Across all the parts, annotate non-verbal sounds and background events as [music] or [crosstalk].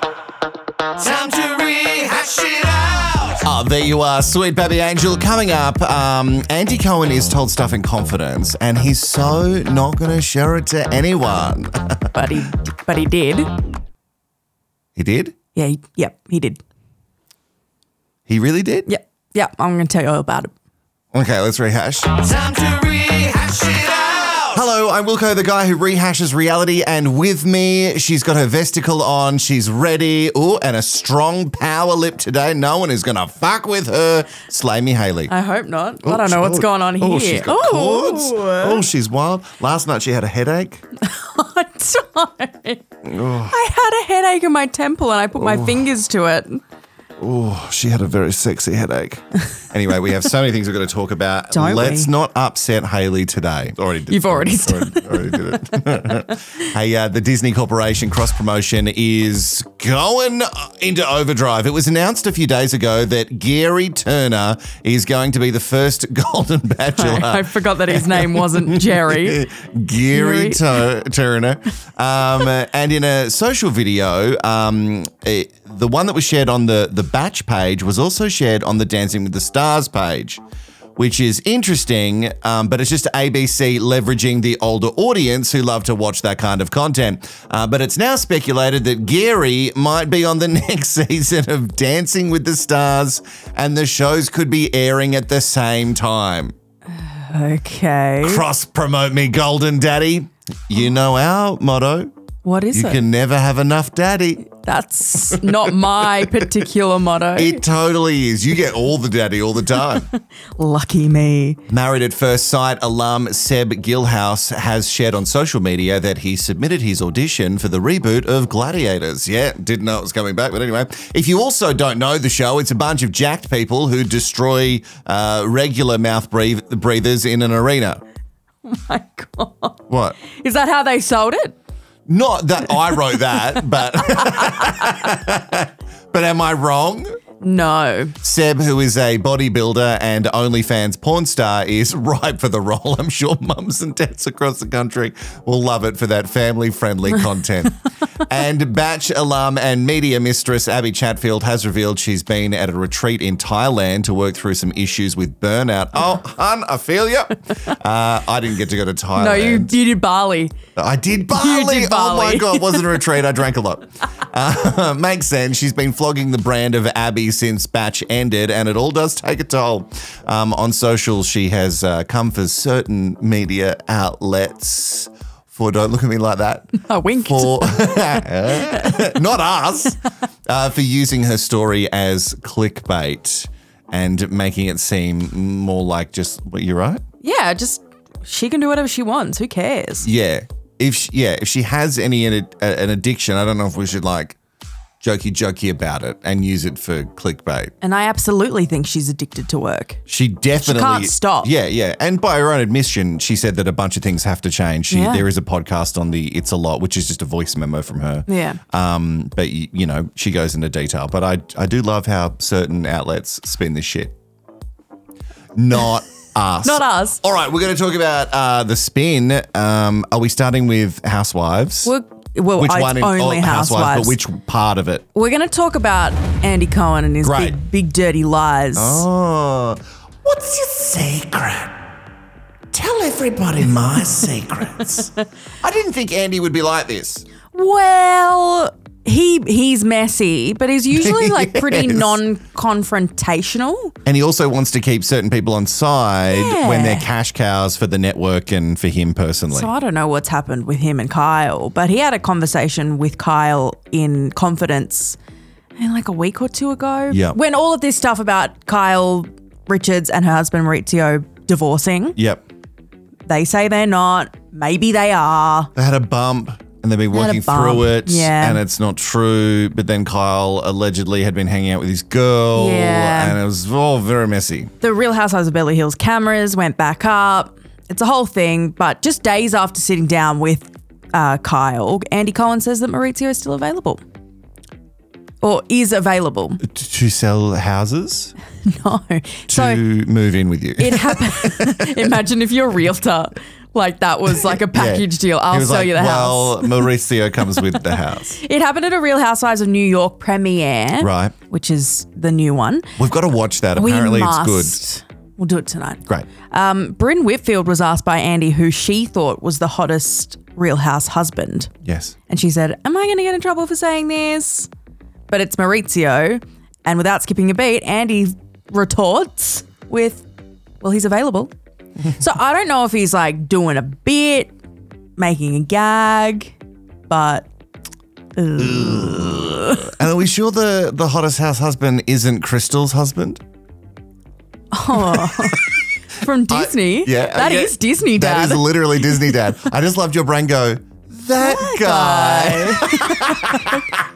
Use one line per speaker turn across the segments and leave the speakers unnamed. Time to rehash it out.
Ah, there you are, sweet baby angel. Coming up, um, Andy Cohen is told stuff in confidence, and he's so not going to share it to anyone.
But he, but he did.
he did?
Yeah, he, yep, he did.
He really did?
Yep, yep. I'm going to tell you all about it.
Okay, let's rehash.
Time to rehash it out.
Hello, I'm Wilco, the guy who rehashes reality, and with me, she's got her vesticle on, she's ready, ooh, and a strong power lip today. No one is gonna fuck with her. Slay me, Haley.
I hope not.
Oh,
I don't know what's
oh,
going on here.
Oh, she's got
Oh, [laughs]
cords. Oh, she's wild. Last night she had a headache.
I'm sorry.
Oh.
I had a headache in my temple and I put my fingers to it.
Oh, she had a very sexy headache.
[laughs]
anyway, we have so many things we're going to talk about.
Don't we?
Let's not upset Haley today. Already did
You've already
started. Already, already did it.
[laughs]
[laughs] hey, uh, the Disney Corporation cross promotion is going into overdrive. It was announced a few days ago that Gary Turner is going to be the first [laughs] Golden Bachelor.
[laughs] I, I forgot that his
[laughs]
name wasn't Jerry.
Gary
Gary.
Tu- Turner. Um, and in a social video, um, it- the one that was shared on the, the Batch page was also shared on the Dancing with the Stars page, which is interesting, um, but it's just ABC leveraging the older audience who love to watch that kind of content. Uh, but it's now speculated that Gary might be on the [laughs] next season of Dancing with the Stars, and the shows could be airing at the same time
Okay.
cross promote me, golden daddy. You know our motto.
What is
You
it?
can never have enough daddy.
That's not my particular motto.
It totally is. You get all the daddy all the time.
Lucky me.
Married at First Sight alum Seb Gilhouse has shared on social media that he submitted his audition for the reboot of Gladiators. Yeah, didn't know it was coming back, but anyway. If you also don't know the show, it's a bunch of jacked people who destroy uh, regular mouth breath- breathers in an arena.
My God.
What?
Is that how they sold it?
Not that I wrote that, but [laughs] but am I wrong?
No.
Seb, who is a bodybuilder and OnlyFans porn star, is ripe for the role. I'm sure mums and dads across the country will love it for that
[laughs]
family-friendly content. and Batch alum and media mistress Abby Chatfield has revealed she's been at a retreat in Thailand to work through some issues with burnout. Oh, hun, I feel you. Uh, I didn't get to go to Thailand.
No, you, you did Bali.
I did barley. Oh my
barley.
god, it wasn't a retreat. I drank a lot. Uh, [laughs] makes sense. She's been flogging the brand of Abby since batch ended, and it all does take a toll. Um, on social, she has uh, come for certain media outlets. For don't look at me like that.
I winked.
For [laughs] not us, uh, for using her story as clickbait and making it seem more like just what you're right.
Yeah, just she can do whatever she wants. Who cares?
Yeah. If she, yeah, if she has any an, an addiction, I don't know if we should like jokey jokey about it and use it for clickbait.
And I absolutely think she's addicted to work.
She definitely
can't stop.
Yeah, yeah. And by her own admission, she said that a bunch of things have to change. She,
Yeah.
There is a podcast on the It's a Lot, which is just a voice memo from her.
Yeah.
Um, but y- you know, she goes into detail. But I I do love how certain outlets spin this shit. Not [laughs] us.
Not us.
All right, we're going to talk about uh, the spin. Um, are we starting with Housewives?
We're, well,
which
it's
one in
only
oh,
housewives.
but which part of it?
We're going to talk about Andy Cohen and his
Great.
big, big dirty lies.
Oh, what's your secret? Tell everybody my secrets. [laughs] I didn't think Andy would be like this.
Well, he he's messy, but he's usually like pretty
[laughs] Yes.
non-confrontational.
And he also wants to keep certain people on side when they're
Yeah.
cash cows for the network and for him personally.
So I don't know what's happened with him and Kyle, but he had a conversation with Kyle in confidence in like a week or two ago.
Yeah.
When all of this stuff about Kyle Richards and her husband Maurizio divorcing,
yep.
they say they're not. Maybe they are.
They had a bump and they've been
had a
working
bump,
through it
yeah.
and it's not true. But then Kyle allegedly had been hanging out with his girl
Yeah.
and it was all very messy.
The Real Housewives of Beverly Hills cameras went back up. It's a whole thing, but just days after sitting down with uh, Kyle, Andy Cohen says that Maurizio is still available. Or is available. [laughs]
T- to sell houses?
No.
to move in with you. [laughs]
it happened. Imagine if your realtor Like that was like a package deal.
He
I'll
was
sell
like,
you the house. [laughs]
Well, Maurizio comes with the house.
It happened at a Real Housewives of New York premiere,
Right.
Which is the new one.
We've got to watch that. Apparently,
we
it's
must.
good.
We'll do it tonight.
Great.
Um, Bryn Whitfield was asked by Andy who she thought was the hottest Real House husband.
Yes.
And she said, Am I going to get in trouble for saying this? But it's Maurizio. And without skipping a beat, Andy retorts with, Well,
[laughs]
he's available. so I don't know if he's like doing a bit, making a gag,
[laughs]
but
And are we sure the, the hottest house husband isn't Crystal's husband?
from Disney.
Oh. Yeah.
that is
okay.
Disney, Dad. [laughs]
That is literally Disney Dad. I just loved your brain go, that, guy.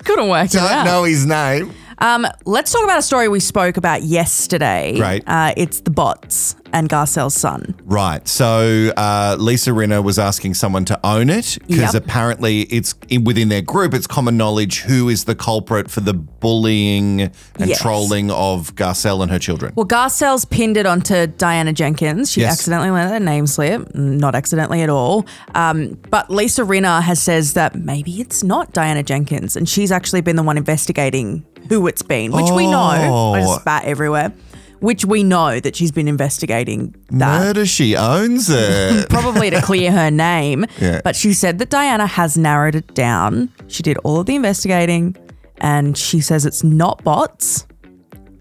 Couldn't work
[laughs]
it
Don't
out.
know his name.
Um, let's talk about a story we spoke about yesterday.
Right.
Uh, it's the bots and Garcelle's son.
Right. So uh, Lisa Rinna was asking someone to own it because
Yep.
apparently it's in, within their group. It's common knowledge who is the culprit for the bullying and
Yes.
trolling of Garcelle and her children.
Well, Garcelle's pinned it onto Diana Jenkins. She
Yes.
accidentally let her name slip, not accidentally at all. Um, but Lisa Rinna has says that maybe it's not Diana Jenkins, and she's actually been the one investigating who it's been, which we know. I
Oh.
just spat everywhere. Which we know that she's been investigating that.
Murder. She owns
[laughs]
it.
probably to
[laughs]
clear her name.
Yeah.
But she said that Diana has narrowed it down. She did all of the investigating and she says it's not bots,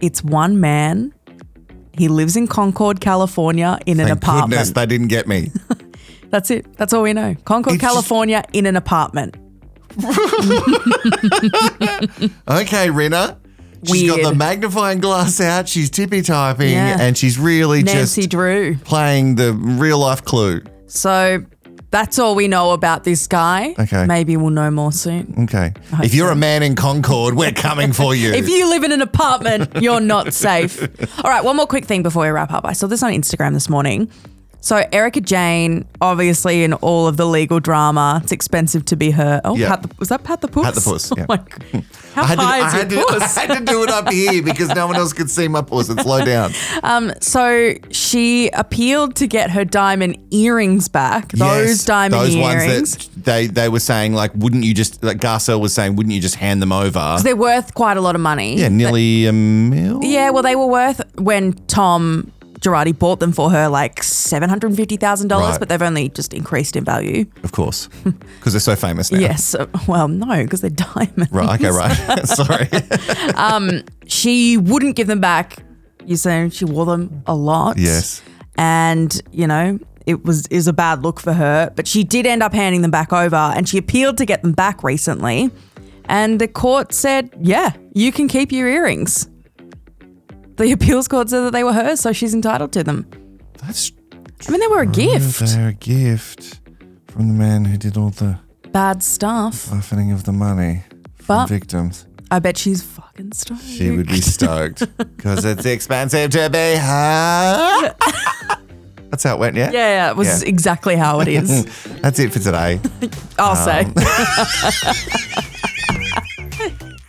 it's one man. He lives in Concord, California, in an
Thank
apartment.
goodness they didn't get me.
That's it. That's all we know. Concord,
It's just-
California, in an apartment.
Okay, Rinna. She's got
Weird.
the magnifying glass out. She's tippy typing
Yeah.
and she's really
Nancy
just
Drew.
playing the real life clue.
So that's all we know about this guy.
Okay.
Maybe we'll know more soon.
Okay. If you're a man in Concord, we're coming for you.
[laughs] If you live in an apartment, you're not safe. All right, one more quick thing before we wrap up. I saw this on Instagram this morning. So Erica Jane, obviously in all of the legal drama, it's expensive to be her. Oh,
Yeah.
Pat the, was that Pat the Puss?
Pat the Puss,
[laughs] Oh
yeah.
my
[laughs]
God. How
I had, to, I,
high
had
is your
to, I
puss?
had to do it up here because no one else could see my puss. It's low down.
So she appealed to get her diamond earrings back. Those
Yes,
diamond
those
earrings.
ones that they they were saying like, wouldn't you just like Garcelle was saying, wouldn't you just hand them over?
they're worth quite a lot of money.
Yeah, nearly a mil.
Yeah, well, they were worth when Tom Girardi bought them for her like seven hundred and fifty thousand dollars,
Right.
but they've only just increased in value.
of course, because they're so famous now.
Yes, uh, well, no, because they're [laughs] diamonds.
Right. Okay.
[laughs]
Right. [laughs] Sorry.
She wouldn't give them back. You saying she wore them a lot.
Yes.
and you know it was is a bad look for her, but she did end up handing them back over, and she appealed to get them back recently, and the court said, yeah, you can keep your earrings. The appeals court said that they were hers, so she's entitled to them.
That's
I mean, they were a gift.
They're a gift from the man who did all the
Bad stuff.
buffeting of the money from
But-
victims.
I bet she's fucking stoked.
She would be stoked because it's expensive to be
[laughs]
her. That's how it went, yeah?
[laughs] Yeah, it was
Yeah.
exactly how it
[laughs]
is.
That's it for today.
I'll say.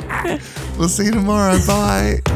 Um, We'll see you tomorrow. Bye.